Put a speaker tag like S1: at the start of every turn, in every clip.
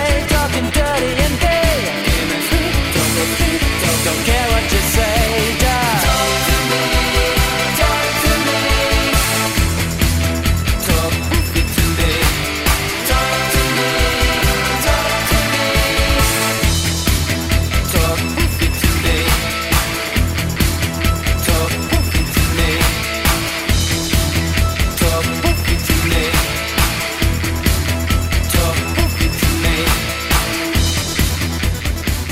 S1: and dirty and gay. Innocent, don't go think, don't, don't care what you say. Just talk to me, talk to me, talk to me, talk to me, talk to me, talk to me, talk to me, talk to me.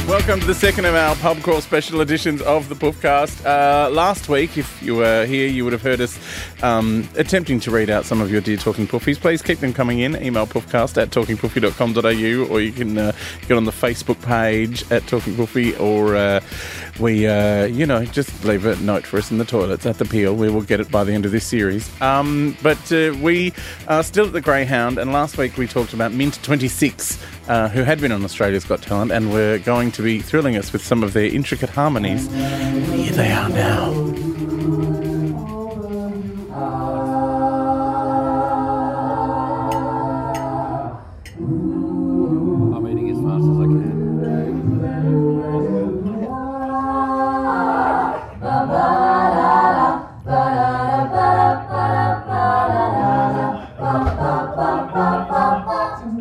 S2: Welcome to the second of our pub crawl special editions of the podcast. Uh, last week, if you were here, you would have heard us um, attempting to read out some of your dear talking puffies. Please keep them coming in. Email puffcast at talkingpuffy.com.au or you can uh, get on the Facebook page at Talking Puffy or uh, we, uh, you know, just leave a note for us in the toilets at the peel. We will get it by the end of this series. Um, but uh, we are still at the Greyhound and last week we talked about Mint 26 uh, who had been on Australia's Got Talent and were going to be thrilling us with some of their intricate harmonies. And here they are now.
S3: I'm eating as fast as I can.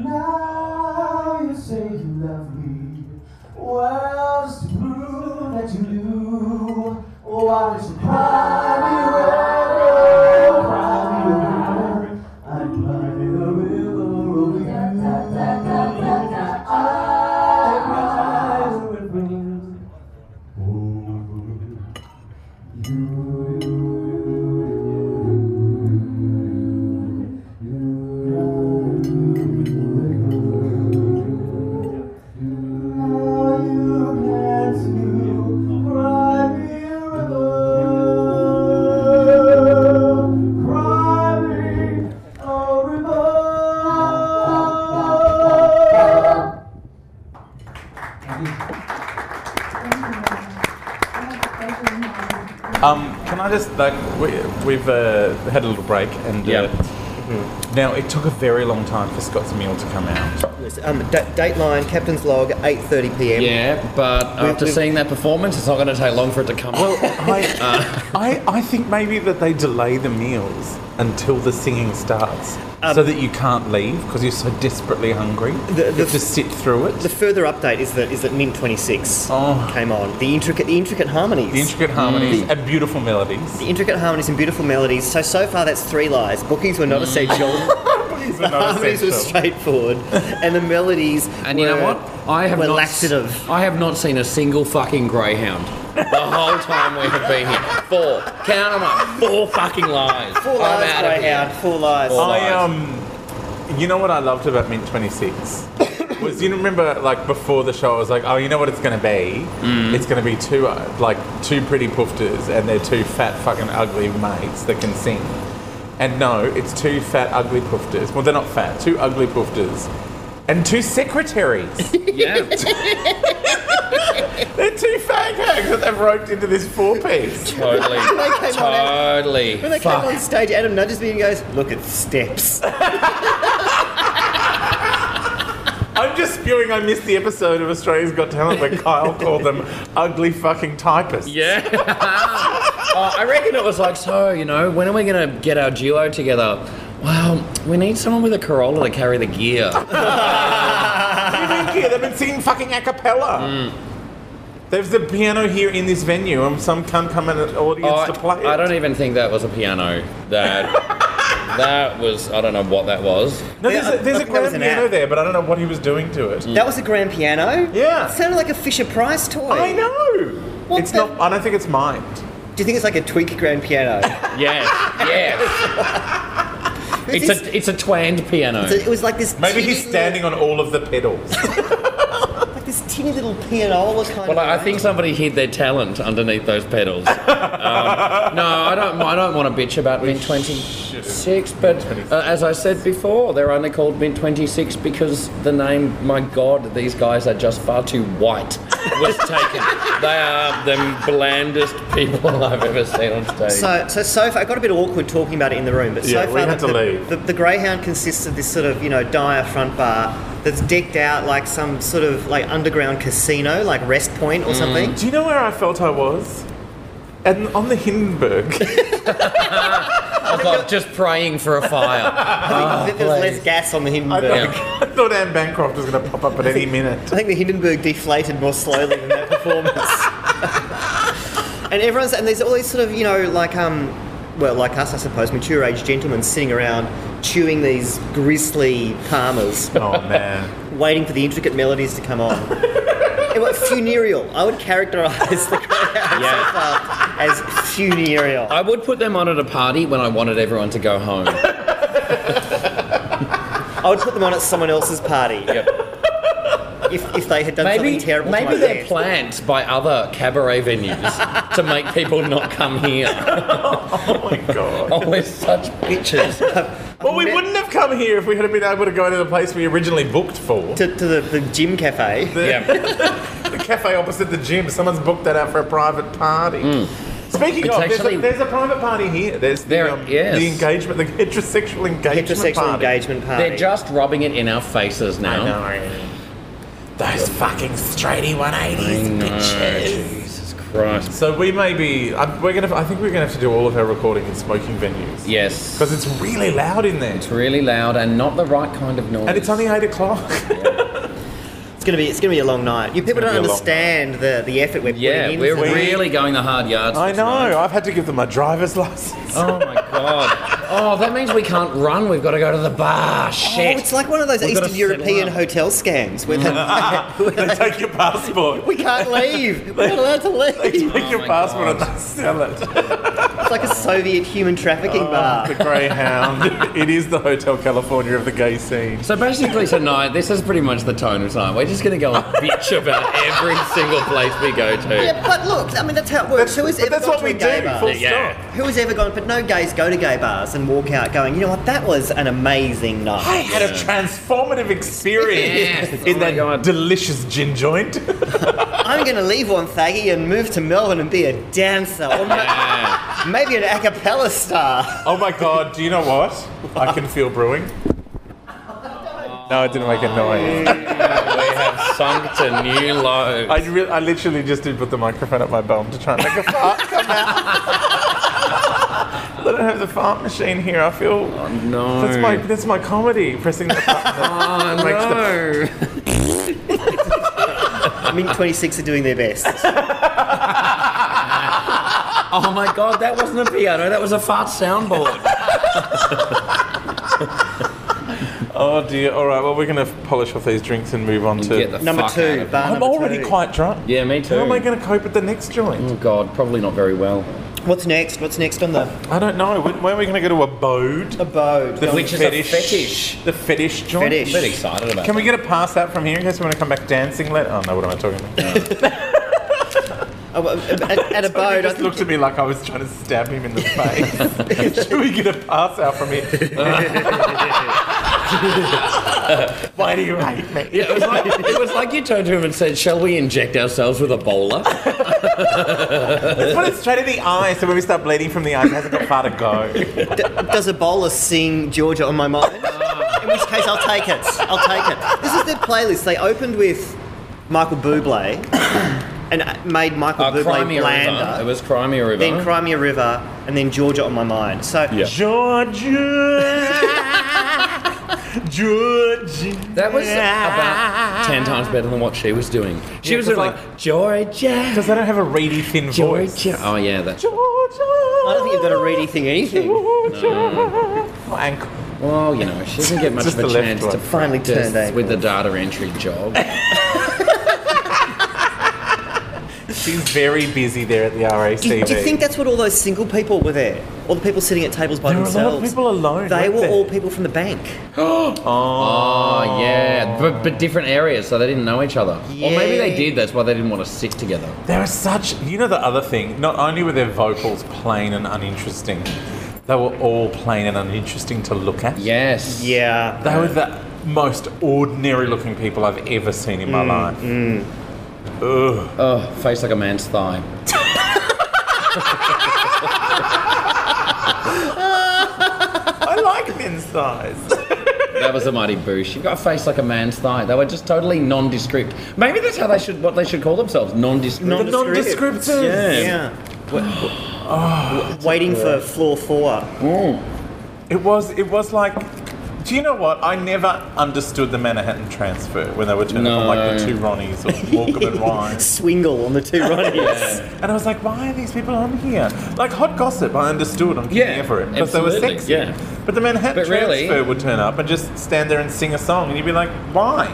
S4: Now you say you love me. Well, just to prove that you do, why don't you cry me a river, cry me a river, I'd cry me a river over you. I cry a river over
S2: Um, can I just, like, we, we've uh, had a little break and. uh, hmm.
S5: Yeah.
S2: Now, it took a very long time for Scott's Meal to come out.
S6: Yes, Um, da- Dateline, Captain's Log, 8:30 p.m.
S5: Yeah, but after seeing that performance, it's not going to take long for it to come.
S2: Well, I,
S6: Uh.
S2: I, I think maybe that they delay the meals until the singing starts so that you can't leave because you're so desperately hungry.
S6: Um, the-
S2: you have to sit through it.
S6: The further update is that is that Mint 26
S2: Oh.
S6: came on. The intricate, the intricate harmonies.
S2: the intricate harmonies and beautiful melodies.
S6: Mm. The intricate harmonies and beautiful melodies. So so far, that's three lies. Bookings were not essential. the harmonies were straightforward, and the melodies.
S5: and you know
S6: were-
S5: what? I have
S6: were
S5: not.
S6: laxative.
S5: I have not seen a single fucking greyhound the whole time we have been here. Four. Count them up. Four fucking lies.
S6: Four
S5: I'm
S6: lies,
S5: out of here.
S6: Greyhound. Four lies.
S5: Four
S2: I
S5: lies.
S2: um, you know what I loved about Mint Twenty Six was you remember like before the show I was like, oh, you know what it's gonna be? It's gonna be two uh, like two pretty poofters and their two fat fucking ugly mates that can sing. And no, it's two fat ugly poofters. Well, they're not fat. Two ugly poofters. And two secretaries.
S5: Yeah.
S2: They're two fag hags that they've roped into this four piece.
S6: They
S5: Totally.
S6: came on out-
S5: totally.
S6: When they came on stage, Adam nudges me and goes, "Look at steps."
S2: I'm just spewing. I missed the episode of Australia's Got Talent where Kyle called them ugly fucking typists.
S5: Yeah. Uh, I reckon it was like, so, you know, when are we going to get our duo together? Well, we need someone with a Corolla to carry the gear.
S2: Thank you. They've been singing fucking a cappella. There's a piano here in this venue, and some cunt come in an audience
S5: Oh,
S2: to play it.
S5: I don't even think that was a piano. That that was I don't know what that was.
S2: No, there's a, there's
S6: I
S2: a
S6: think that was
S2: grand
S6: an
S2: piano
S6: app. Mm.
S2: there, but I don't know what he was doing to it.
S6: That was a grand piano.
S2: Yeah.
S6: It sounded like a Fisher Price toy.
S2: I know.
S6: What
S2: it's
S6: the-
S2: not. I don't think it's mined.
S6: Do you think it's like a tweak grand piano?
S5: Yes, yes. it's
S6: This-
S5: a it's a twanged piano.
S6: So it was like this.
S2: Maybe
S6: tinny
S2: he's standing on all of the pedals.
S6: Little, like this tinny little pianola kind
S5: Well,
S6: of.
S5: I I think somebody hid their talent underneath those pedals. Um, no, I don't. I don't want to bitch about Mint Twenty Six, but uh, as I said before, they're only called Mint Twenty Six because the name. My God, these guys are just far too white. Was taken. they are the blandest people I've ever seen on stage.
S6: So, so so far, it got a bit awkward talking about it in the room, but so
S2: Yeah,
S6: far
S2: we had
S6: the,
S2: to
S6: the,
S2: leave.
S6: The, the Greyhound consists of this sort of you know dire front bar, that's decked out like some sort of like underground casino, like Rest Point
S2: Mm.
S6: or something.
S2: Do you know where I felt I was? And on the Hindenburg.
S5: I got just praying for a fire.
S2: Ah,
S6: I think there was less gas on the
S2: I,
S6: Hindenburg.
S2: thought, I thought Anne Bancroft was going to pop up at any minute.
S6: I think the Hindenburg deflated more slowly than that performance. and everyone's and there's all these sort of you know like um well like us I suppose mature age gentlemen sitting around chewing these gristly palmers,
S2: Oh man.
S6: waiting for the intricate melodies to come on. it was funereal. I would characterise the crowd
S5: Yeah.
S6: as funereal.
S5: I would put them on at a party when I wanted everyone to go home.
S6: I would put them on at someone else's party. If, if they had done
S5: Maybe,
S6: something terrible to
S5: maybe
S6: my
S5: they're
S6: band.
S5: planned by other cabaret venues to make people not come here.
S2: Oh my god.
S5: Oh, we're such bitches.
S2: Well, we wouldn't have come here if we had been able to go to the place we originally booked for.
S6: to, to the, the gym cafe.
S5: Yeah.
S2: The cafe opposite the gym. Someone's booked that out for a private party. Speaking
S5: It's
S2: of, there's,
S5: actually-
S2: a, there's a private party here. There's the,
S5: There-
S2: um,
S5: yes.
S2: the engagement, the heterosexual engagement
S6: Heterosexual
S2: party.
S6: engagement party.
S5: They're just rubbing it in our faces now.
S2: I know. Those fucking straighty 180s bitches.
S5: Jesus Christ.
S2: So we may be. I, we're gonna. I think we're gonna have to do all of our recording in smoking venues.
S5: Yes.
S2: Because it's really loud in there,
S5: It's really loud and not the right kind of noise.
S2: and it's only eight o'clock.
S6: It's gonna be it's gonna be a long night. You people
S2: gonna
S6: don't
S2: be a long
S6: understand the, the effort we're
S5: Yeah,
S6: putting in.
S5: we're
S6: for that.
S5: really going the hard yards.
S2: I
S5: for
S2: know.
S5: tonight.
S2: I've had to give them my driver's license.
S5: Oh my god. Oh, that means we can't run. We've got to go to the bar.
S6: Oh,
S5: Shit.
S6: it's like one of those
S5: We've gotta
S6: Eastern European
S5: settle
S6: hotel scams where they,
S2: they take your passport.
S6: we can't leave. We're not allowed to leave.
S2: Take your
S5: my
S2: passport
S5: God.
S2: and they sell it.
S6: It's like a Soviet human trafficking bar.
S2: the Greyhound. it is the Hotel California of the gay scene.
S5: So basically tonight, this is pretty much the tone of tonight. We're just gonna go and bitch about every single place we go to.
S6: Yeah, but look, I mean that's how it works. Who has
S2: But
S6: ever
S2: that's
S6: gone
S2: what
S6: to a
S2: we
S6: gay
S2: do.
S6: bar?
S2: Full
S5: Yeah.
S2: stop.
S6: Who has ever gone? But no gays go to gay bars and walk out going, you know what? That was an amazing
S2: I
S6: night.
S2: had a transformative experience
S5: Yes.
S2: in
S5: Oh my
S2: that
S5: God.
S2: delicious gin joint.
S6: I'm going to leave one thaggy and move to Melbourne and be a dancer, or ma-
S5: Yeah.
S6: maybe an a cappella star.
S2: oh my god, do you know what? I can feel brewing. No, it didn't make a noise.
S5: we have sunk to new lows.
S2: I, re- I literally just did put the microphone up my bum to try and make a fart come out. I don't have the fart machine here. I feel
S5: no.
S2: that's my that's my comedy. Pressing the button.
S5: Oh,
S2: makes
S5: no.
S6: I mean, 26 are doing their best.
S5: oh my god, that wasn't a piano. That was a fart soundboard.
S2: oh dear. All right. Well, we're gonna polish off these drinks and move on to.
S5: Get the
S6: Number
S5: fuck out
S6: two,
S5: of here.
S6: bar
S2: I'm
S6: number
S2: already
S6: two.
S2: quite drunk.
S5: Yeah, me too.
S2: How am I going to cope at the next joint?
S5: Oh god, probably not very well.
S6: What's next? What's next on the
S2: I don't know. When, when are we going to go to Abode?
S6: abode?
S2: The
S5: Which is a fetish.
S2: The fetish joint.
S5: I'm
S6: Fetish.
S5: a bit excited about.
S2: Can we
S5: that.
S2: get a pass out from here in case we want to come back dancing later? Oh no, what am I talking about?
S6: Oh, well, at, at
S2: he
S6: abode, I
S2: just
S6: think
S2: looked at me like I was trying to stab him in the face. Should we get a pass out from here? Why do you hate me?
S5: Yeah, it was, like, it was like you turned to him and said, "Shall we inject ourselves with a bowler?"
S2: Put it straight in the eye so when we start bleeding from the eye, it hasn't got far to go.
S6: does Ebola sing Georgia on my mind?
S5: Ah.
S6: In which case, I'll take it. I'll take it. This is their playlist. They opened with Michael Bublé and uh, made Michael
S5: Uh,
S6: Bublé
S5: Crimea River. It
S6: blander.
S5: was Crimea River.
S6: Then Crimea River, and then Georgia on my mind. So
S5: Yeah.
S2: Georgia! Georgia!
S5: That was about ten times better than what she was doing. She
S2: Yeah,
S5: was doing
S2: 'cause
S5: like Georgia,
S2: Because I don't have a reedy thin voice.
S5: Georgia. Oh yeah, that's.
S6: I don't think you've got to read anything, anything.
S2: My ankle.
S5: Well, you know, she doesn't get much
S2: Just
S5: of a
S2: the left
S5: chance
S2: one.
S5: to
S6: Finally
S5: practice
S6: turned
S5: with the data entry job.
S2: She's very busy there at the RACV.
S6: Do, do you think that's what all those single people were there? All the people sitting at tables by
S2: there were a lot
S6: themselves.
S2: of people alone?
S6: they
S2: weren't
S6: were
S2: there?
S6: all people from the bank.
S5: Oh yeah, but, but different areas, so they didn't know each other. Or maybe they
S6: Yeah.
S5: did. That's why they didn't want to sit together.
S2: There are such. You know the other thing. Not only were their vocals plain and uninteresting, they were all plain and uninteresting to look at.
S5: Yes.
S6: Yeah.
S2: They were the most ordinary-looking people I've ever seen in my life. Ugh.
S5: Oh, face like a man's thigh.
S2: I like thin thighs.
S5: that was a mighty boosh. You've got a face like a man's thigh. They were just totally nondescript. Maybe that's how they should what they should call themselves. Nondescript.
S2: The nondescripts.
S5: Yeah.
S6: Yeah.
S2: Ah.
S6: Waiting for floor four.
S2: It was. It was like. Do you know what? I never understood the Manhattan transfer when they were turning
S5: No.
S2: from like the two Ronnies or Walker and Ryan.
S6: Swingle on the two Ronnies.
S2: And I was like, why are these people on here? Like hot gossip, I understood. I'm
S5: Yeah,
S2: here for it because they were
S5: absolutely,
S2: sexy.
S5: yeah.
S2: But the Manhattan
S5: But really-
S2: transfer would turn up and just stand there and sing a song, and you'd be like, why?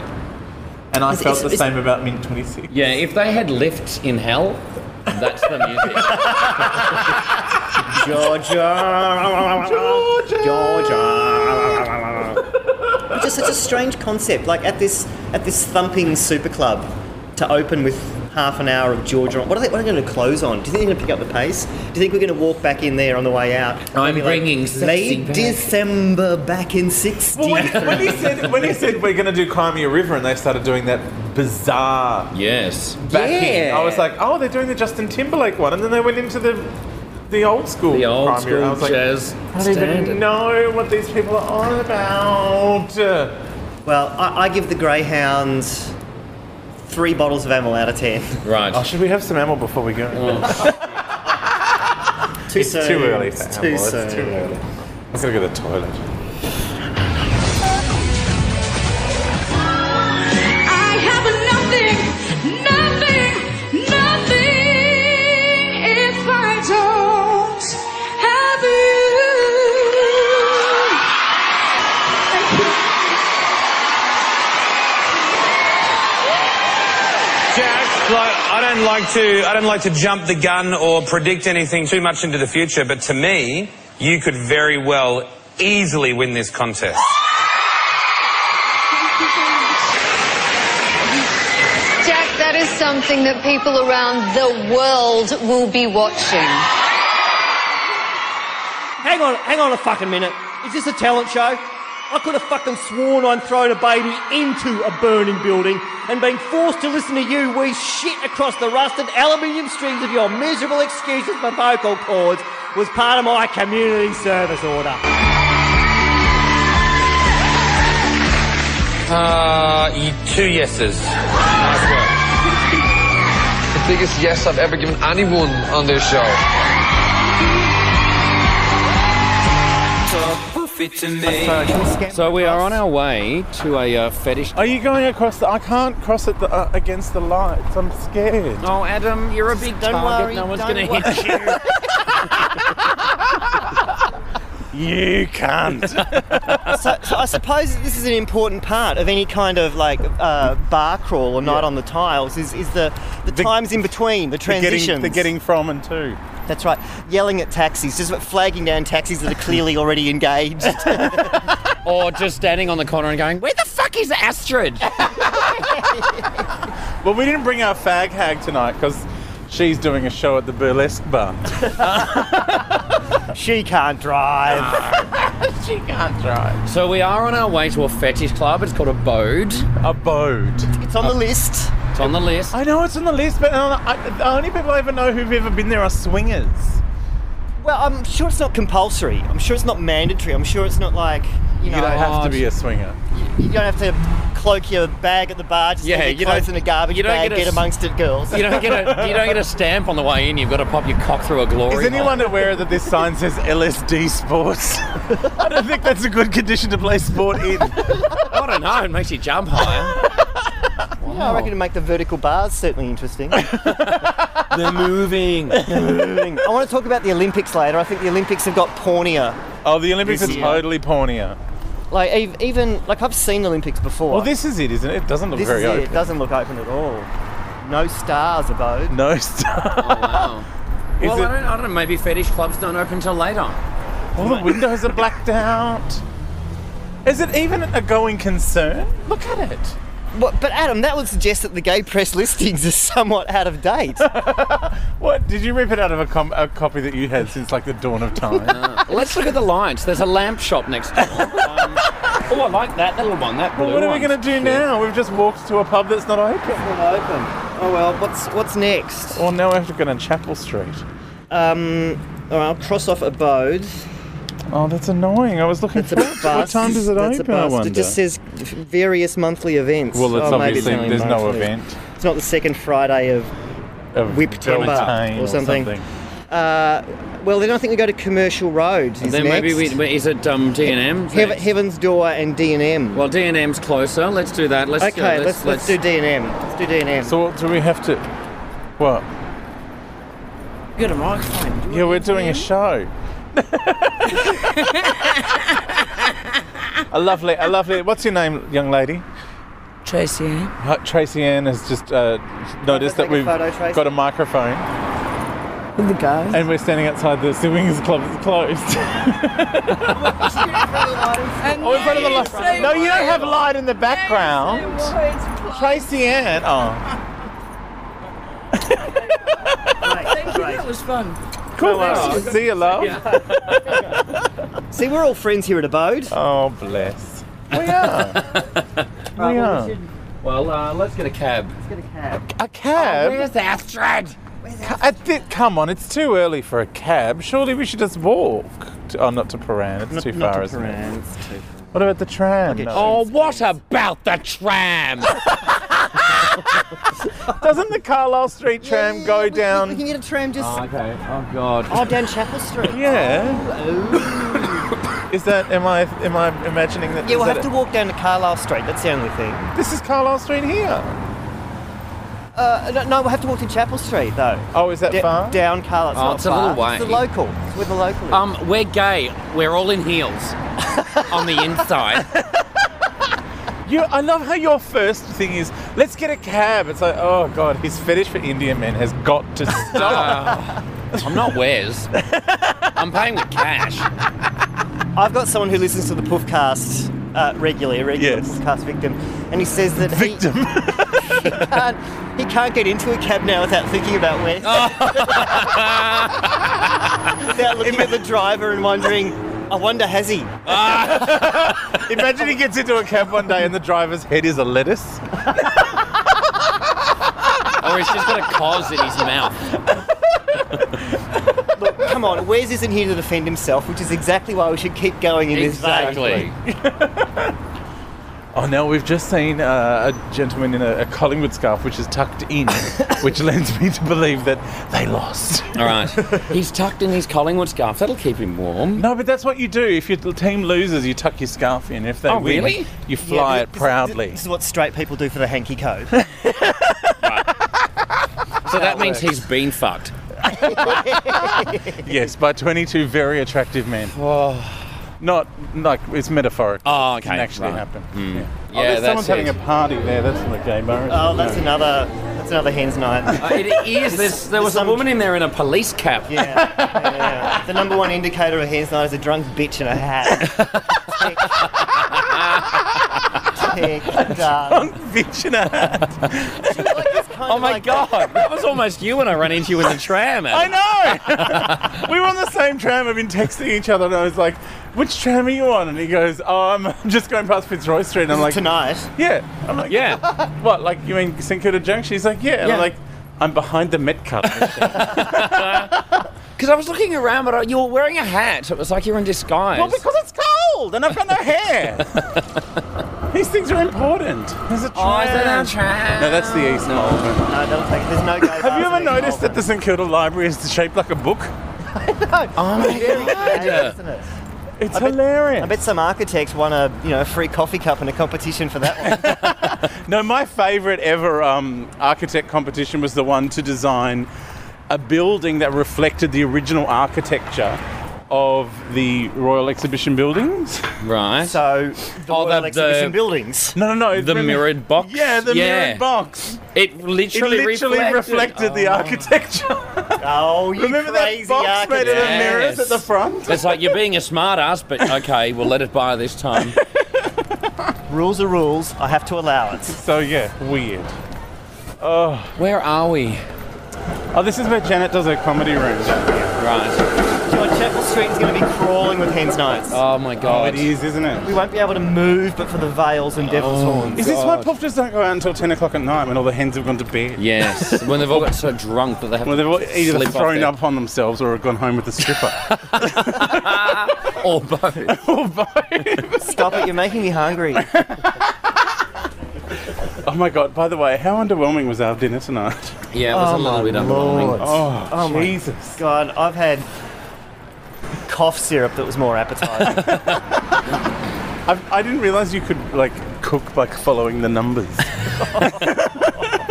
S2: And I
S6: It's-
S2: felt
S6: it's-
S2: the
S6: it's-
S2: same about Mint 26.
S5: Yeah, if they had lifts in hell, that's the music.
S6: Georgia. Georgia. Which is such a strange concept. Like at this at this thumping super club to open with half an hour of Georgia. What are they, what are they going to close on? Do you think they're going to pick up the pace? Do you think we're going to walk back in there on the way out?
S5: I'm
S6: Be like,
S5: bringing sexy
S6: late
S5: back."
S6: December back in '60.
S2: Well, when, when he said when he said we're going to do Climb Me a River, and they started doing that bizarre
S5: yes.
S2: backing,
S6: Yeah.
S2: I was like, oh, they're doing the Justin Timberlake one, and then they went into the the old school
S5: The old
S2: Climb Me a River. I
S5: school
S2: was like,
S5: jazz
S2: I don't even
S5: standard.
S2: know what these people are on about. Oh,
S6: Well, I, I give the Greyhounds three bottles of Amel out of ten.
S5: Right.
S2: Oh, should we have some ammo before we go?
S5: Oh.
S6: Too
S2: It's
S6: soon.
S2: too early for
S6: It's
S2: ammo.
S6: too
S2: It's
S6: soon.
S2: too early. I'm gonna go to the toilet.
S7: I have nothing, nothing, nothing if I don't have you. Thank you.
S8: Jack, like, I don't like to, I don't like to jump the gun or predict anything too much into the future, but to me, you could very well easily win this contest.
S9: Jack, that is something that people around the world will be watching.
S10: Hang on, hang on a fucking minute. Is this a talent show? I could have fucking sworn I'd thrown a baby into a burning building and been forced to listen to you wee shit across the rusted aluminium strings of your miserable excuses for vocal cords was part of my community service order.
S8: Uh, y- two yeses. Nice work.
S3: The biggest yes I've ever given anyone on this show.
S11: Talk poofy to me.
S5: So we are on our way to a uh, fetish.
S2: Are you going across the? I can't cross it the, uh, against the lights. I'm scared.
S5: Oh, Adam, you're a big
S6: Don't
S5: target.
S6: worry,
S5: no one's
S6: don't
S5: going to hit you.
S2: You can't.
S6: so, so I suppose this is an important part of any kind of like uh, bar crawl or night on the tiles is, is the, the, times in between, the
S2: They're
S6: transitions.
S2: getting, they're getting from and to.
S6: That's right. Yelling at taxis, just flagging down taxis that are clearly already engaged.
S5: or just standing on the corner and going, "Where the fuck is Astrid?"
S2: Well, we didn't bring our fag hag tonight because she's doing a show at the burlesque bar.
S6: she can't drive.
S2: she can't drive.
S5: so we are on our way to a fetish club. It's called Abode.
S2: Abode.
S6: It's on the list.
S5: It's on the list.
S2: I know it's on the list, but uh, I, I, the only people I ever know who've ever been there are swingers.
S6: Well, I'm sure it's not compulsory. I'm sure it's not mandatory. I'm sure it's not like you know.
S2: You don't have to be a swinger.
S6: you don't have to cloak your bag at the bar. Just
S5: Yeah,
S6: leave your
S5: you
S6: clothes
S5: don't-
S6: in a garbage
S5: you don't
S6: bag.
S5: get a
S6: Get,
S5: s-
S6: amongst it, girls.
S5: You don't get a you don't get a stamp on the way in. You've got to pop your cock through a glory.
S2: Is anyone
S5: hole.
S2: aware that this sign says LSD Sports? I don't think that's a good condition to play sport in.
S5: I don't know. It makes you jump higher.
S6: Yeah, I reckon it'd make the vertical bars certainly interesting. They're moving. They're moving. I want to talk about the Olympics later. I think the Olympics have got pornier.
S2: Oh, the Olympics are
S6: This year.
S2: totally pornier.
S6: Like ev- even like I've seen Olympics before.
S2: Well, this is it, isn't it? It doesn't look
S6: This
S2: very
S6: is it.
S2: open.
S6: It doesn't look open at all. No stars abode.
S2: No star.
S5: wow.
S2: Is
S5: well,
S2: it-
S5: I, don't, I don't know. Maybe fetish clubs don't open till later.
S2: All the windows are blacked out. Is it even a going concern? Look at it.
S6: But, but Adam, that would suggest that the gay press listings are somewhat out of date.
S2: What did you rip it out of a, com- a copy that you had since like the dawn of time?
S5: Let's look at the lights. There's a lamp shop next door. Um, oh, I like that little one. That blue
S2: well, what are we
S5: one.
S2: going to do now? We've just walked to a pub that's not open.
S6: Not open. Oh well, what's what's next?
S2: Well, now we have to go down Chapel Street.
S6: Um, all right, I'll cross off abode.
S2: Oh, that's annoying. I was looking
S6: It's a
S2: forward to What
S6: bust.
S2: time does it
S6: That's a
S2: open, I
S6: bust.
S2: wonder?
S6: It just says various monthly events.
S2: Well, it's
S6: Oh, maybe
S2: obviously-
S6: only
S2: there's no
S6: monthly.
S2: event.
S6: It's not the second Friday of,
S2: Of
S6: Whip Timber
S2: Beltane
S6: or
S2: or
S6: something.
S2: something.
S6: Uh, well, then I think we go to Commercial Road. Is
S5: And then
S6: next.
S5: maybe we wait, is it um, D and M?
S6: Heav- Heaven's Door and D and M.
S5: Well, D and M's closer. Let's do that. Let's
S6: okay,
S5: uh,
S6: let's, let's do D and M. Let's do D and M.
S2: So what do we have to? What?
S5: Get a microphone.
S2: Yeah, we're doing a show. a lovely, a lovely. What's your name, young lady?
S12: Tracy Ann.
S2: Hi, Tracy Ann has just uh, noticed that
S12: take a
S2: we've
S12: photo, Tracy?
S2: got a microphone.
S12: With the guys.
S2: And we're standing outside the Swingers Club. It's closed.
S12: oh,
S2: in front of the light. No, you don't have light in the background. Tracy Ann. Oh,
S12: Thank you, that was fun.
S2: cool. See you, love.
S6: See, we're all friends here at Abode.
S2: Oh, bless.
S6: We are.
S2: We
S5: well,
S2: are.
S5: we Well, uh, let's get a cab. Let's get a
S6: cab.
S2: A cab.
S12: where's Astrid?
S2: Ca- I thi- come on, it's too early for a cab. Surely we should just walk. To, oh, not to Paran. It's too
S6: not
S2: far,
S6: to
S2: isn't
S6: Paran,
S2: it? What about the tram? No.
S12: Oh, what about the tram?
S2: Doesn't the Carlisle Street tram go down?
S6: We can get a tram just. Oh,
S5: okay. Oh God.
S6: down Chapel Street.
S2: Yeah. Is that? Am I? Am I imagining that?
S6: Yeah, we'll
S2: is
S6: have
S2: that it?
S6: to walk down to Carlisle Street. That's the only thing.
S2: This is Carlisle Street here.
S6: Uh, no, no, we'll have to walk to Chapel Street though.
S2: Oh, is that
S6: D-
S2: far?
S6: Down Carlisle.
S5: Oh,
S6: not
S5: it's a
S6: far.
S5: little
S6: It's the
S5: way.
S6: local. It's where the local. Is.
S5: Um, we're gay. We're all in heels on the inside.
S2: You, I love how your first thing is, let's get a cab. It's like, oh god, his fetish for Indian men has got to stop.
S5: Uh, I'm not Wes. I'm paying with cash.
S6: I've got someone who listens to the Puffcast uh, regularly, a regular Puffcast victim, and he says that victim. He, he can't he can't get into a cab now without thinking about Wes. without looking at the driver and wondering, I wonder has he?
S2: Imagine he gets into a cab one day and the driver's head is a lettuce.
S5: Or he's just got a cos in his mouth.
S6: Look, come on, Wes isn't here to defend himself, which is exactly why we should keep going in this
S5: Exactly.
S2: Oh, now we've just seen uh, a gentleman in a, a Collingwood scarf which is tucked in, which lends me to believe that they lost.
S5: All right. He's tucked in his Collingwood scarf. That'll keep him warm.
S2: No, but that's what you do. If your team loses, you tuck your scarf in. If they
S5: Oh,
S2: win,
S5: really?
S2: you fly
S6: Yeah,
S2: it
S6: this-
S2: proudly.
S6: This is what straight people do for the hanky code.
S5: So that means he's been fucked.
S2: Yes, by 22 very attractive men. Not like it's metaphorical.
S5: Oh,
S2: It can
S5: okay,
S2: actually
S5: right.
S2: happen.
S5: Mm.
S2: Yeah.
S5: Yeah,
S2: oh, there's
S5: that's
S2: someone's having
S5: it.
S2: a party there. That's not a gay bar. is it?
S6: oh, that's
S2: No.
S6: another that's another hens night.
S5: Uh, it is. There's, there was a woman in there in a police cap.
S6: Yeah, yeah, yeah. The number one indicator of hands night is a drunk bitch in a hat. Tick, tick, done.
S2: Bitch in a hat.
S5: Oh my god, that was almost you when I ran into you in the tram. Adam.
S2: I know. we were on the same tram. I've been texting each other, and I was like, "Which tram are you on?" And he goes, "Oh, I'm just going past Fitzroy Street." And I'm like,
S6: Tonight,
S2: "Yeah." I'm like,
S5: Yeah.
S2: "What? Like you mean St Kilda Junction?" He's like, "Yeah." And
S5: Yeah.
S2: I'm like, "I'm behind the Metcalf."
S5: Because I was looking around, but I, you were wearing a hat. It was like you were in disguise.
S2: Well, because it's cold and I've got no hair. These things are important. There's a tram.
S5: Oh, is that a tram?
S2: No, that's the East Melbourne.
S6: no, that'll Uh, take. There's no go.
S2: Have you ever noticed that the St Kilda Library is shaped like a book?
S5: Oh my god.
S6: Isn't it?
S2: It's
S6: bet-
S2: hilarious.
S6: I bet some architects won a you know free coffee cup in a competition for that one.
S2: No, my favourite ever um, architect competition was the one to design a building that reflected the original architecture of the Royal Exhibition buildings.
S5: Right.
S6: So the
S5: Oh, the-
S6: Royal
S5: the-
S6: exhibition buildings.
S2: No, no, no.
S5: The
S2: remember-
S5: mirrored box?
S2: Yeah, the
S5: Yeah.
S2: mirrored box.
S5: it
S2: It
S5: literally,
S2: literally, reflected, the
S5: Oh.
S2: architecture.
S6: Oh, you
S2: Remember
S6: crazy
S2: that box made
S6: architect.
S2: out of mirrors at
S5: Yes.
S2: the front?
S5: It's like you're being a smart ass, but okay, we'll let it by this time.
S6: Rules are rules. I have to allow it.
S2: So yeah, weird.
S5: Where are we?
S2: Oh, this is where Janet does her comedy room.
S5: Right.
S6: Your Chapel Street is going to be crawling with hens nights.
S5: Oh my
S2: Oh,
S5: god.
S2: it is, isn't
S6: We
S2: it?
S6: won't be able to move but for the veils and devil's horns.
S2: Is this why puffers don't go out until ten o'clock at night when all the hens have gone to bed?
S5: Yes. when they've all got so drunk that they have
S2: Well, they've all either
S5: slip off
S2: thrown
S5: their-
S2: up on themselves or have gone home with the stripper.
S5: Or both.
S2: or both.
S6: Stop it, you're making me hungry.
S2: Oh my god, by the way, how underwhelming was our dinner tonight?
S5: Yeah, it was a little bit underwhelming.
S2: Oh,
S6: Jesus. God, I've had cough syrup that was more appetizing.
S2: I've, I didn't realize you could, like, cook by following the numbers.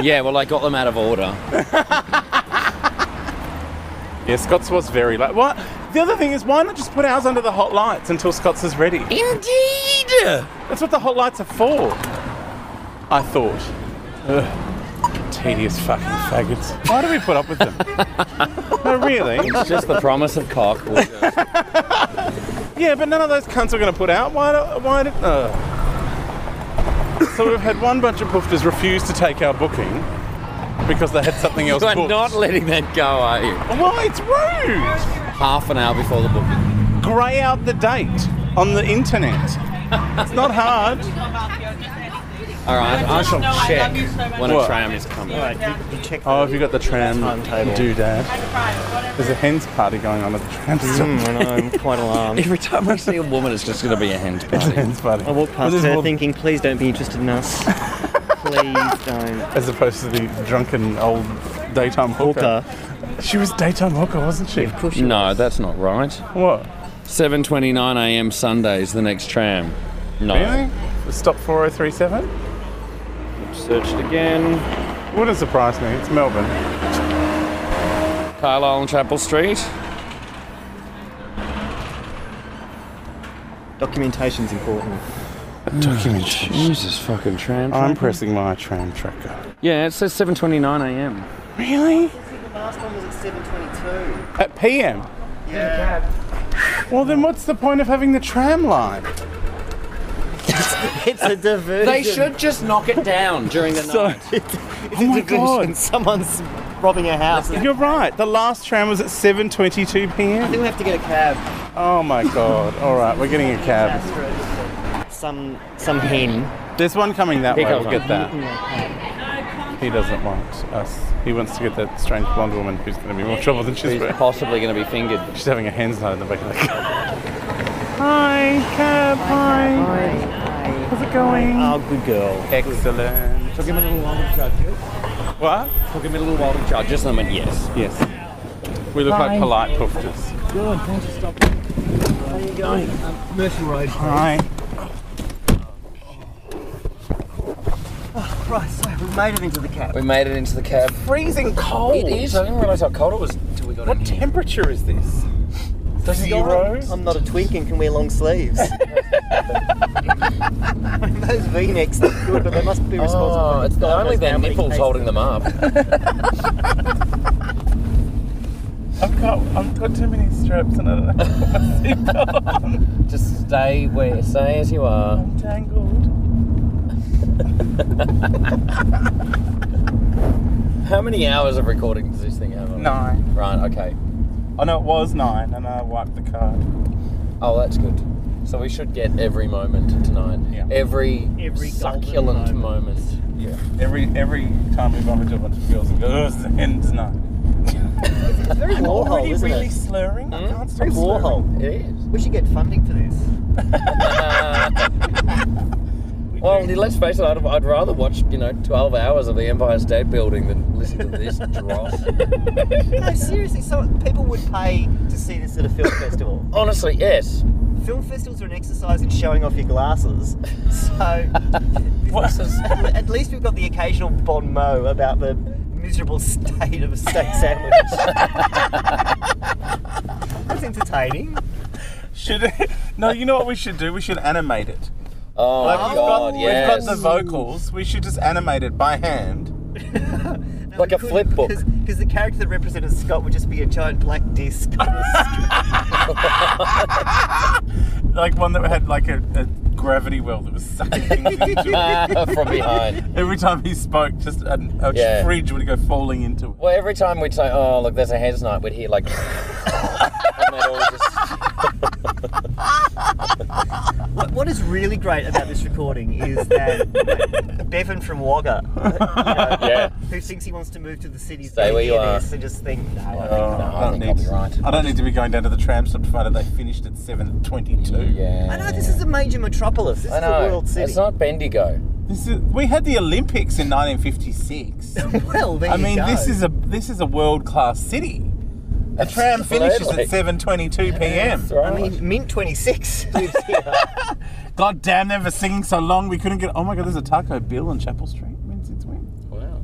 S5: yeah, well, I got them out of order.
S2: yeah, Scott's was very like, what? The other thing is, why not just put ours under the hot lights until Scott's is ready?
S5: Indeed!
S2: That's what the hot lights are for. I thought. Ugh, tedious fucking faggots. Why do we put up with them? no, really.
S5: It's just the promise of cock.
S2: Yeah, but none of those cunts are going to put out. Why? Do, why? Do, uh. So we've had one bunch of poofters refuse to take our booking because they had something
S5: You
S2: else.
S5: are
S2: booked.
S5: not letting that go, are you?
S2: Why? It's rude.
S5: Half an hour before the booking.
S2: Grey out the date on the internet. It's not hard.
S5: All right, I shall check when a
S2: What?
S5: tram is coming.
S2: Oh, have you got the tram
S6: timetable.
S2: do that? There's a hens party going on at the tram stop.
S5: Hmm.
S6: I'm quite alarmed.
S5: Every time I see a woman, it's just going to be a hand party.
S2: hens party.
S6: I walked past
S2: Well, there's
S6: her
S2: more-
S6: thinking, please don't be interested in us. please don't.
S2: As opposed to the drunken old daytime hooker. She was daytime hooker, wasn't she? Of course
S5: No, that's not right.
S2: What?
S5: 7:29 a.m. Sundays, the next tram. No.
S2: Really? Stop 4037?
S5: Searched again.
S2: Wouldn't surprise me. It's Melbourne.
S5: Carlisle and Chapel Street.
S6: Documentation's important.
S2: Document.
S5: Jesus fucking tram.
S2: I'm
S5: tracker.
S2: pressing my tram tracker.
S5: Yeah, it says 7:29 a.m.
S2: Really?
S6: The last one was at 7.22.
S2: At PM?
S6: Yeah.
S2: Well, then what's the point of having the tram line?
S6: It's a diversion.
S5: They should just knock it down during the
S2: So-
S5: night.
S6: It's
S2: Oh my
S6: a diversion.
S2: God.
S6: Someone's robbing a house. I
S2: You're right. The last tram was at 7:22
S6: think
S2: PM.
S6: we have to get a cab.
S2: Oh my god. All right, we're getting a cab.
S6: Some some hen.
S2: There's one coming that
S5: Here
S2: way.
S5: comes
S2: We'll get that.
S6: Yeah.
S2: He doesn't want us. He wants to get that strange blonde woman who's going to be more trouble than she's
S5: Who's
S2: worth.
S5: possibly going to be fingered?
S2: She's having a hands night in the back of the car. Hi, cab. Hi. How's it going?
S6: Oh, good girl.
S2: Excellent.
S5: Took him a little while to judge you.
S2: What?
S5: Took him a little while to judge us, and I went yes.
S2: Yes. We look like polite poofters. Um,
S13: Mercy Road.
S2: Hi. Oh,
S6: Right, so we made it into the cab.
S5: We made it into the cab.
S2: Freezing cold.
S5: It is. I didn't realise how cold it was until we got in
S2: What
S5: here.
S2: temperature is this? Zero.
S6: I'm not a twink and can wear long sleeves. Those V-necks look good, but they must be responsible.
S5: Oh,
S6: for
S5: it's not only their
S6: how many
S5: nipples
S6: cases-
S5: holding them up.
S2: I've got I've got too many straps and I don't know.
S5: Just stay where, stay as you are.
S2: I'm tangled.
S5: How many hours of recording does this thing have? on it?
S2: Nine.
S5: Right. Okay.
S2: Oh no, it was nine, and I wiped the card.
S5: Oh, that's good. So we should get every moment tonight.
S2: Yeah.
S5: Every,
S6: Every
S5: succulent
S6: golden
S5: moment.
S2: Yeah. Every every time we bump into a bunch of girls and goes, oh, it's the hen's night.
S6: It's very Warhol,
S2: Already
S6: isn't
S2: really
S6: it?
S2: slurring. I can't
S6: It's
S2: stop
S6: very Warhol.
S5: It is.
S6: We should get funding for this.
S5: Well, let's face it, I'd, I'd rather watch, you know, 12 hours of the Empire State Building than listen to this dross.
S6: No, seriously, so people would pay to see this at a film festival.
S5: Honestly, yes.
S6: Film festivals are an exercise in showing off your glasses. So, this is- at least we've got the occasional bon mot about the miserable state of a steak sandwich. That's entertaining.
S2: Should no, you know what we should do? We should animate it.
S5: Oh,
S2: Like,
S5: my
S2: we've got-
S5: God,
S2: We've
S5: yes.
S2: got the vocals. We should just animate it by hand.
S5: Like a flip book.
S6: Because the character that represented Scott would just be a giant black disc.
S2: Like one that had like a, a gravity well that was sucking things into it.
S5: From behind.
S2: Every time he spoke, just a, a
S5: Yeah.
S2: fridge would go falling into it.
S5: Well, every time we'd say, oh, look, there's a hen's night, we'd hear like. and they'd all just.
S6: What, what is really great about this recording is that like, Bevan from Wagga, you know,
S5: Yeah.
S6: who thinks he wants to move to the city, is
S5: Stay
S6: gonna
S5: where you
S6: hear
S5: are.
S6: this and just think, no, I think
S2: Oh, I, don't need, I don't need to be going down to the tram stop to find out they finished at
S6: Mm,
S2: 7.22.
S5: Yeah.
S6: I know this is a major metropolis. This
S2: I
S6: is
S2: know.
S6: a world city.
S2: It's not
S5: Bendigo.
S2: This is, we had the Olympics in 1956.
S6: well, there
S2: I
S6: you
S2: mean,
S6: go.
S2: this is a this is a world class city. The tram finishes at
S6: Absolutely.
S2: 7:22 p.m.
S6: I mean, Mint 26 lives here.
S2: God damn, they were singing so long we couldn't get. Oh my God, there's a Taco Bill on Chapel Street. When's it's when?
S5: Wow.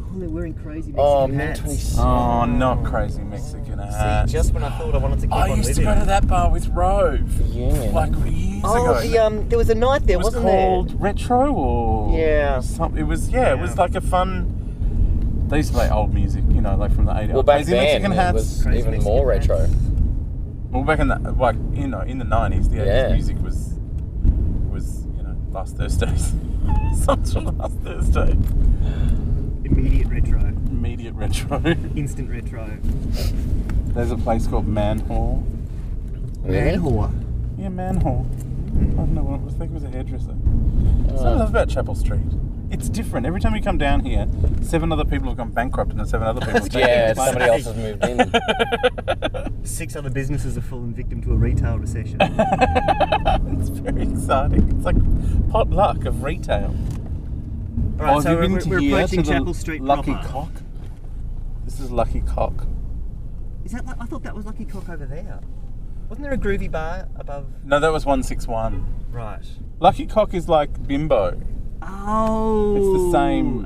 S6: Oh, they're wearing crazy Mexican
S2: Oh,
S6: hats.
S2: Oh, not crazy Mexican
S6: See,
S2: hats.
S6: just when I thought I wanted to keep
S2: I
S6: on
S2: Oh, used to
S6: living.
S2: go to that bar with Rove. Like years
S6: oh,
S2: ago.
S6: the, um, there was a night there,
S2: it was
S6: not
S2: called
S6: there?
S2: Retro or
S6: Yeah.
S2: something. It was yeah, it was
S6: Yeah.
S2: like a fun. They used to play old music, you know, like from the 80s.
S5: Well, back
S2: Crazy
S5: then,
S2: Mexican
S5: it
S2: hats.
S5: was Crazy even Mexican more retro. hats.
S2: Well, back in the like you know in the 90s, the 80s
S5: Yeah.
S2: music was was you know last Thursdays. Songs from last Thursday.
S6: Immediate retro.
S2: Immediate retro.
S6: Instant retro.
S2: There's a place called Man Hall.
S6: Man whore.
S2: Yeah, Man Hall. I don't know what it was. I think it was a hairdresser.
S5: Oh.
S2: That's what I love about Chapel Street. It's different. Every time we come down here, seven other people have gone bankrupt and then seven other people have taken
S5: Yeah,
S2: the money.
S5: somebody else has moved in.
S6: Six other businesses have fallen victim to a retail recession.
S2: it's very exciting. It's like potluck of retail.
S6: All right,
S2: Oh, have
S6: so
S2: you
S6: we're,
S2: been
S6: we're,
S2: to
S6: we're
S2: here,
S6: approaching
S2: to the
S6: Chapel Street
S2: Lucky
S6: proper.
S2: Cock? This is Lucky Cock.
S6: Is that? like- I thought that was Lucky Cock over there. Wasn't there a groovy bar above?
S2: No, that was 161.
S6: Right.
S2: Lucky Cock is like bimbo.
S6: Oh.
S2: It's the same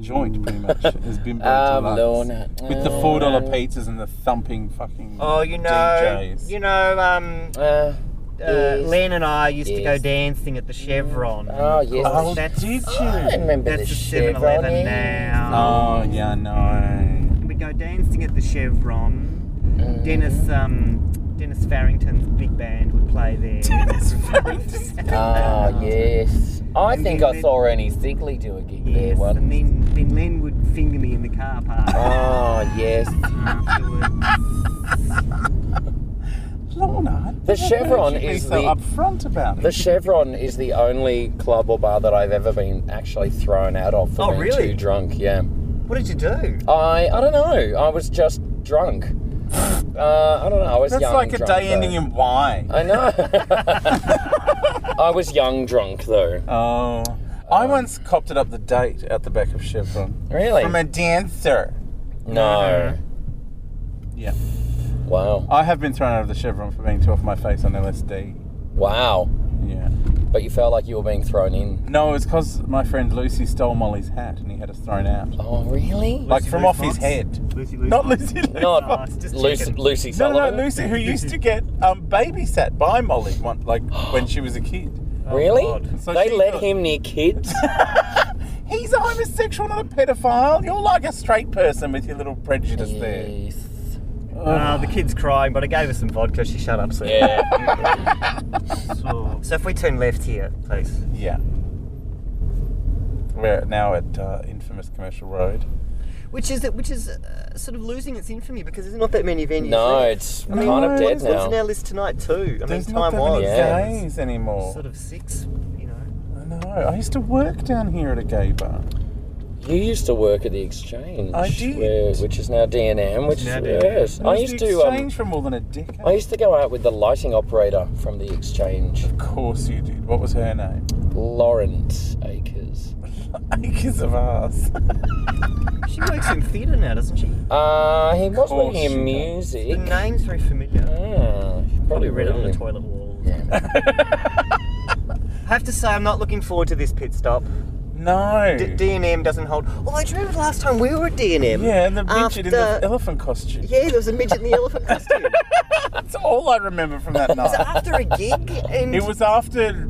S2: joint pretty much as bimbo
S5: I'm
S2: Deluxe.
S5: Lorna.
S2: With the four dollar pizzas and the thumping fucking
S6: Oh, you know,
S2: DJs.
S6: you know, um,
S5: uh, yes,
S6: Len and I used to go
S5: yes. Mm.
S6: dancing at the Chevron.
S5: Oh, yes.
S6: Of
S5: Oh,
S6: course, that's,
S2: did you?
S5: I remember
S6: that's
S5: the
S6: the 7-Eleven
S5: Chevron,
S6: now.
S2: Oh yeah, no.
S6: We go dancing at the Chevron.
S5: Mm.
S6: Dennis, um, Dennis Farrington's big band would play there.
S5: Ah, yes. I
S6: And
S5: think
S6: then
S5: I
S6: they-
S5: saw Ernie Zigley do a gig there
S6: Yes,
S5: once.
S6: and then, then Len would finger me in the car park.
S5: Oh, yes.
S2: Lorna.
S5: The Chevron
S2: you be
S5: is
S2: so
S5: the-
S2: upfront about it.
S5: The Chevron is the only club or bar that I've ever been actually thrown out of for
S6: Oh,
S5: being
S6: really?
S5: too drunk. Yeah.
S6: What did you do?
S5: I I don't know. I was just drunk. Uh, I don't know. I was
S2: That's
S5: young.
S2: like a
S5: drunk,
S2: day
S5: though.
S2: ending in Y.
S5: I know. I was young drunk though.
S2: Oh. I once copped it up the date at the back of Chevron.
S5: Really?
S2: From a dancer. Oh.
S5: No.
S2: Yeah.
S5: Wow.
S2: I have been thrown out of the Chevron for being too off my face on LSD.
S5: Wow.
S2: Yeah.
S5: But you felt like you were being thrown in.
S2: No, it's because my friend Lucy stole Molly's hat and he had us thrown out.
S5: Oh, really?
S2: like from off his
S6: Fox?
S2: head.
S6: Lucy Lucy.
S2: Not Lucy Lou.
S6: Oh,
S5: Not
S6: it's just
S5: Lucy,
S6: chicken.
S5: Lucy
S2: No, no,
S5: Sullivan.
S2: no, Lucy, who used to get um, babysat by Molly one, like when she was a kid.
S5: Really?
S6: Oh, God.
S2: So
S5: they
S2: she
S5: let
S2: got-
S5: him near kids.
S2: He's a homosexual, not a pedophile. You're like a straight person with your little prejudice there.
S5: Yes.
S6: Ah, the kid's crying, but I gave her some vodka. She shut up soon.
S5: Yeah.
S6: So, so if we turn left here, please.
S2: Yeah. We're now at uh, infamous Commercial Road.
S6: Which is which is uh, sort of losing its infamy because there's not that many venues.
S5: No,
S6: left.
S5: it's
S6: I mean,
S5: kind of
S2: what
S5: dead
S2: is-
S6: What's
S5: now.
S6: on our list tonight too? I mean,
S2: There's
S6: time
S2: not that
S6: was
S2: many
S5: yeah.
S2: gays anymore.
S6: sort of six, you know.
S2: I know. I used to work down here at a gay bar.
S5: You used to work at the exchange.
S2: I did.
S5: where- which is now DNM. Which
S6: now
S5: is
S6: DNM.
S5: yes.
S2: It
S5: I
S2: was
S5: used
S2: the
S5: to. Um,
S2: exchange for more than a decade.
S5: I used to go out with the lighting operator from the exchange,
S2: Of course you did. What was her name?
S5: Lawrence Acres.
S2: Acres of ass.
S6: She works in theatre now, doesn't she?
S5: Uh, he was
S2: course
S5: working in
S2: you know.
S6: The
S5: music.
S6: name's very familiar.
S2: Uh,
S5: Ah, he
S6: Probably read it on
S5: will.
S6: the toilet wall.
S5: Yeah.
S6: I have to say, I'm not looking forward to this pit stop.
S2: No.
S6: D- D&M doesn't hold. Although, do you remember the last time we were at D&M?
S2: yeah, and the midget
S6: After-
S2: in the elephant costume.
S6: Yeah, there was a midget in the elephant costume.
S2: That's all I remember from that
S6: was it
S2: night.
S6: after a gig? And
S2: it was after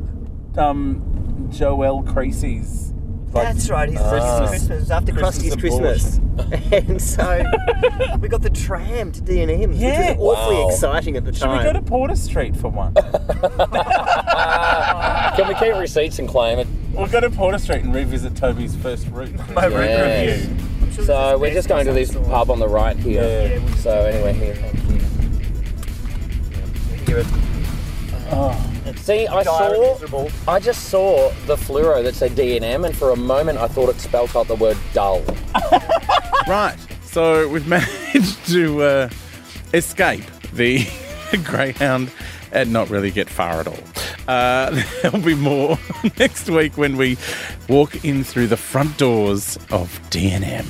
S2: um, Joel Creasy's. Like,
S6: That's right, his
S2: Ah.
S6: Christmas. Christmas. It was after
S2: Christmas
S6: Christmas Christmas. and so we got the tram to D and M, which
S2: Yeah.
S6: was awfully
S5: Wow.
S6: exciting at the
S2: Should we go
S6: time.
S2: to Porter Street for one?
S5: Can we keep receipts and claim it?
S2: we'll go to Porter Street and revisit Toby's first route. My
S5: route Yes.
S2: review.
S5: So we're just going to this pub on the right here.
S2: Yeah.
S5: So anyway, here.
S6: Give it.
S5: See, I
S6: Dire and
S5: saw. I just saw the fluoro that said D and M, and for a moment I thought it spelt out the word dull.
S2: Right. So we've managed to uh, escape the Greyhound and not really get far at all. Uh, there'll be more next week when we walk in through the front doors of D&M.